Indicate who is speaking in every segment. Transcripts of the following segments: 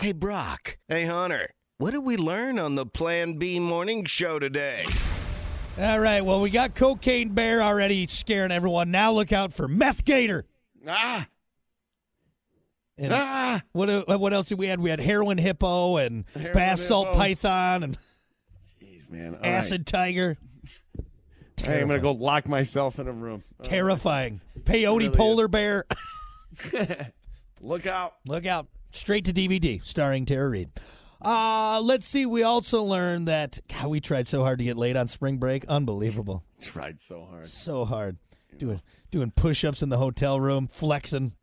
Speaker 1: Hey, Brock. Hey, Hunter. What did we learn on the Plan B morning show today?
Speaker 2: All right. Well, we got Cocaine Bear already scaring everyone. Now look out for Meth Gator.
Speaker 1: Ah,
Speaker 2: And
Speaker 1: ah.
Speaker 2: what uh, what else did we had? We had Heroin Hippo and
Speaker 1: Heroin
Speaker 2: Bass Salt
Speaker 1: Hippo.
Speaker 2: Python and
Speaker 1: Jeez, man. All right.
Speaker 2: Acid Tiger.
Speaker 1: Hey, I'm going to go lock myself in a room. All right.
Speaker 2: Terrifying. Peyote
Speaker 1: Really is.
Speaker 2: Polar Bear.
Speaker 1: Uh, Look out.
Speaker 2: Look out. Straight to DVD, starring Tara Reid. Uh, let's see. We also learned that God, we tried so hard to get laid on spring break. Unbelievable.
Speaker 1: Tried so hard.
Speaker 2: So hard. Doing doing push ups in the hotel room, flexing,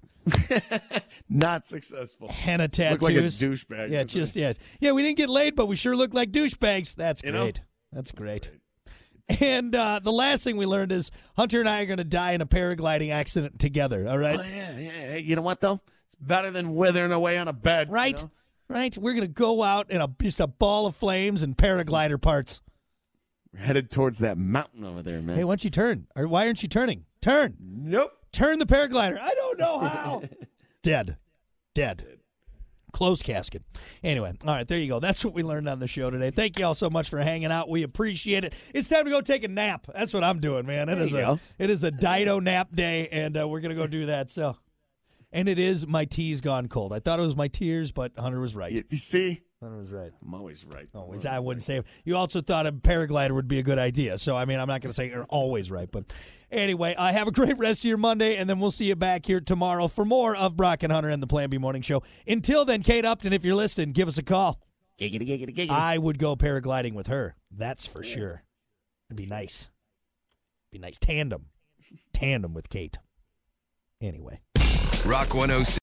Speaker 1: Not successful.
Speaker 2: henna
Speaker 1: Look like a
Speaker 2: tattoos.
Speaker 1: douchebag.
Speaker 2: Yeah,
Speaker 1: That's what
Speaker 2: just yes. Yeah, we didn't get laid, but we sure looked like douchebags. That's
Speaker 1: You know?
Speaker 2: great. That's great. And uh, the last thing we learned is Hunter and I are going to die in a paragliding accident together. All right,
Speaker 1: Oh, yeah, yeah. Hey, you know what though? It's better than withering away on a bed. you
Speaker 2: right,
Speaker 1: know?
Speaker 2: right. We're going to go out in a just a ball of flames and paraglider parts.
Speaker 1: We're headed towards that mountain over there, man.
Speaker 2: Hey, why don't you turn? Or why aren't you turning? Turn,
Speaker 1: nope.
Speaker 2: turn the paraglider. I don't know how. Dead, dead. Closed casket. Anyway, all right, there you go. That's what we learned on the show today. Thank you all so much for hanging out. We appreciate it. It's time to go take a nap. That's what I'm doing, man. It
Speaker 1: There
Speaker 2: is
Speaker 1: you
Speaker 2: a
Speaker 1: go.
Speaker 2: it is a Dido nap day, and uh, we're gonna go do that. So, and it is my tea's gone cold. I thought it was my tears, but Hunter was right.
Speaker 1: You, you see?
Speaker 2: Hunter was right.
Speaker 1: I'm always right.
Speaker 2: Always, I wouldn't say. You also thought a paraglider would be a good idea. So, I mean, I'm not going to say you're always right. But anyway, uh, have a great rest of your Monday, and then we'll see you back here tomorrow for more of Brock and Hunter and the Plan B Morning Show. Until then, Kate Upton, if you're listening, give us a call.
Speaker 1: Giggity, giggity, giggity.
Speaker 2: I would go paragliding with her. That's for sure. It'd be nice. Be nice. Tandem. Tandem with Kate. Anyway.
Speaker 3: Rock 106.